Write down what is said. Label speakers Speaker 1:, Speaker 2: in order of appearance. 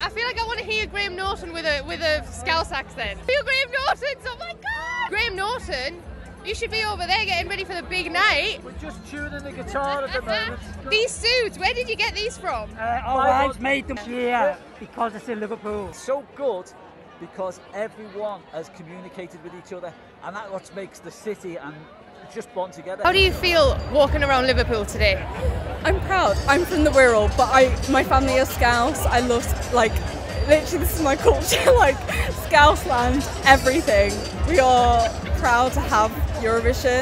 Speaker 1: I feel like I want to hear Graham Norton with a with a Scouse accent. Feel Graham Norton! Oh my god! Graham Norton, you should be over there getting ready for the big night. Uh-huh.
Speaker 2: We're just tuning the guitar at the moment.
Speaker 1: these suits, where did you get these from?
Speaker 3: Uh, our wives made them here because it's in Liverpool.
Speaker 2: So good because everyone has communicated with each other, and that's what makes the city and just bond together.
Speaker 1: How do you feel walking around Liverpool today?
Speaker 4: I'm proud. I'm from the Wirral, but I my family are Scouse. I love like literally this is my culture, like Scouse land, everything. We are proud to have Eurovision.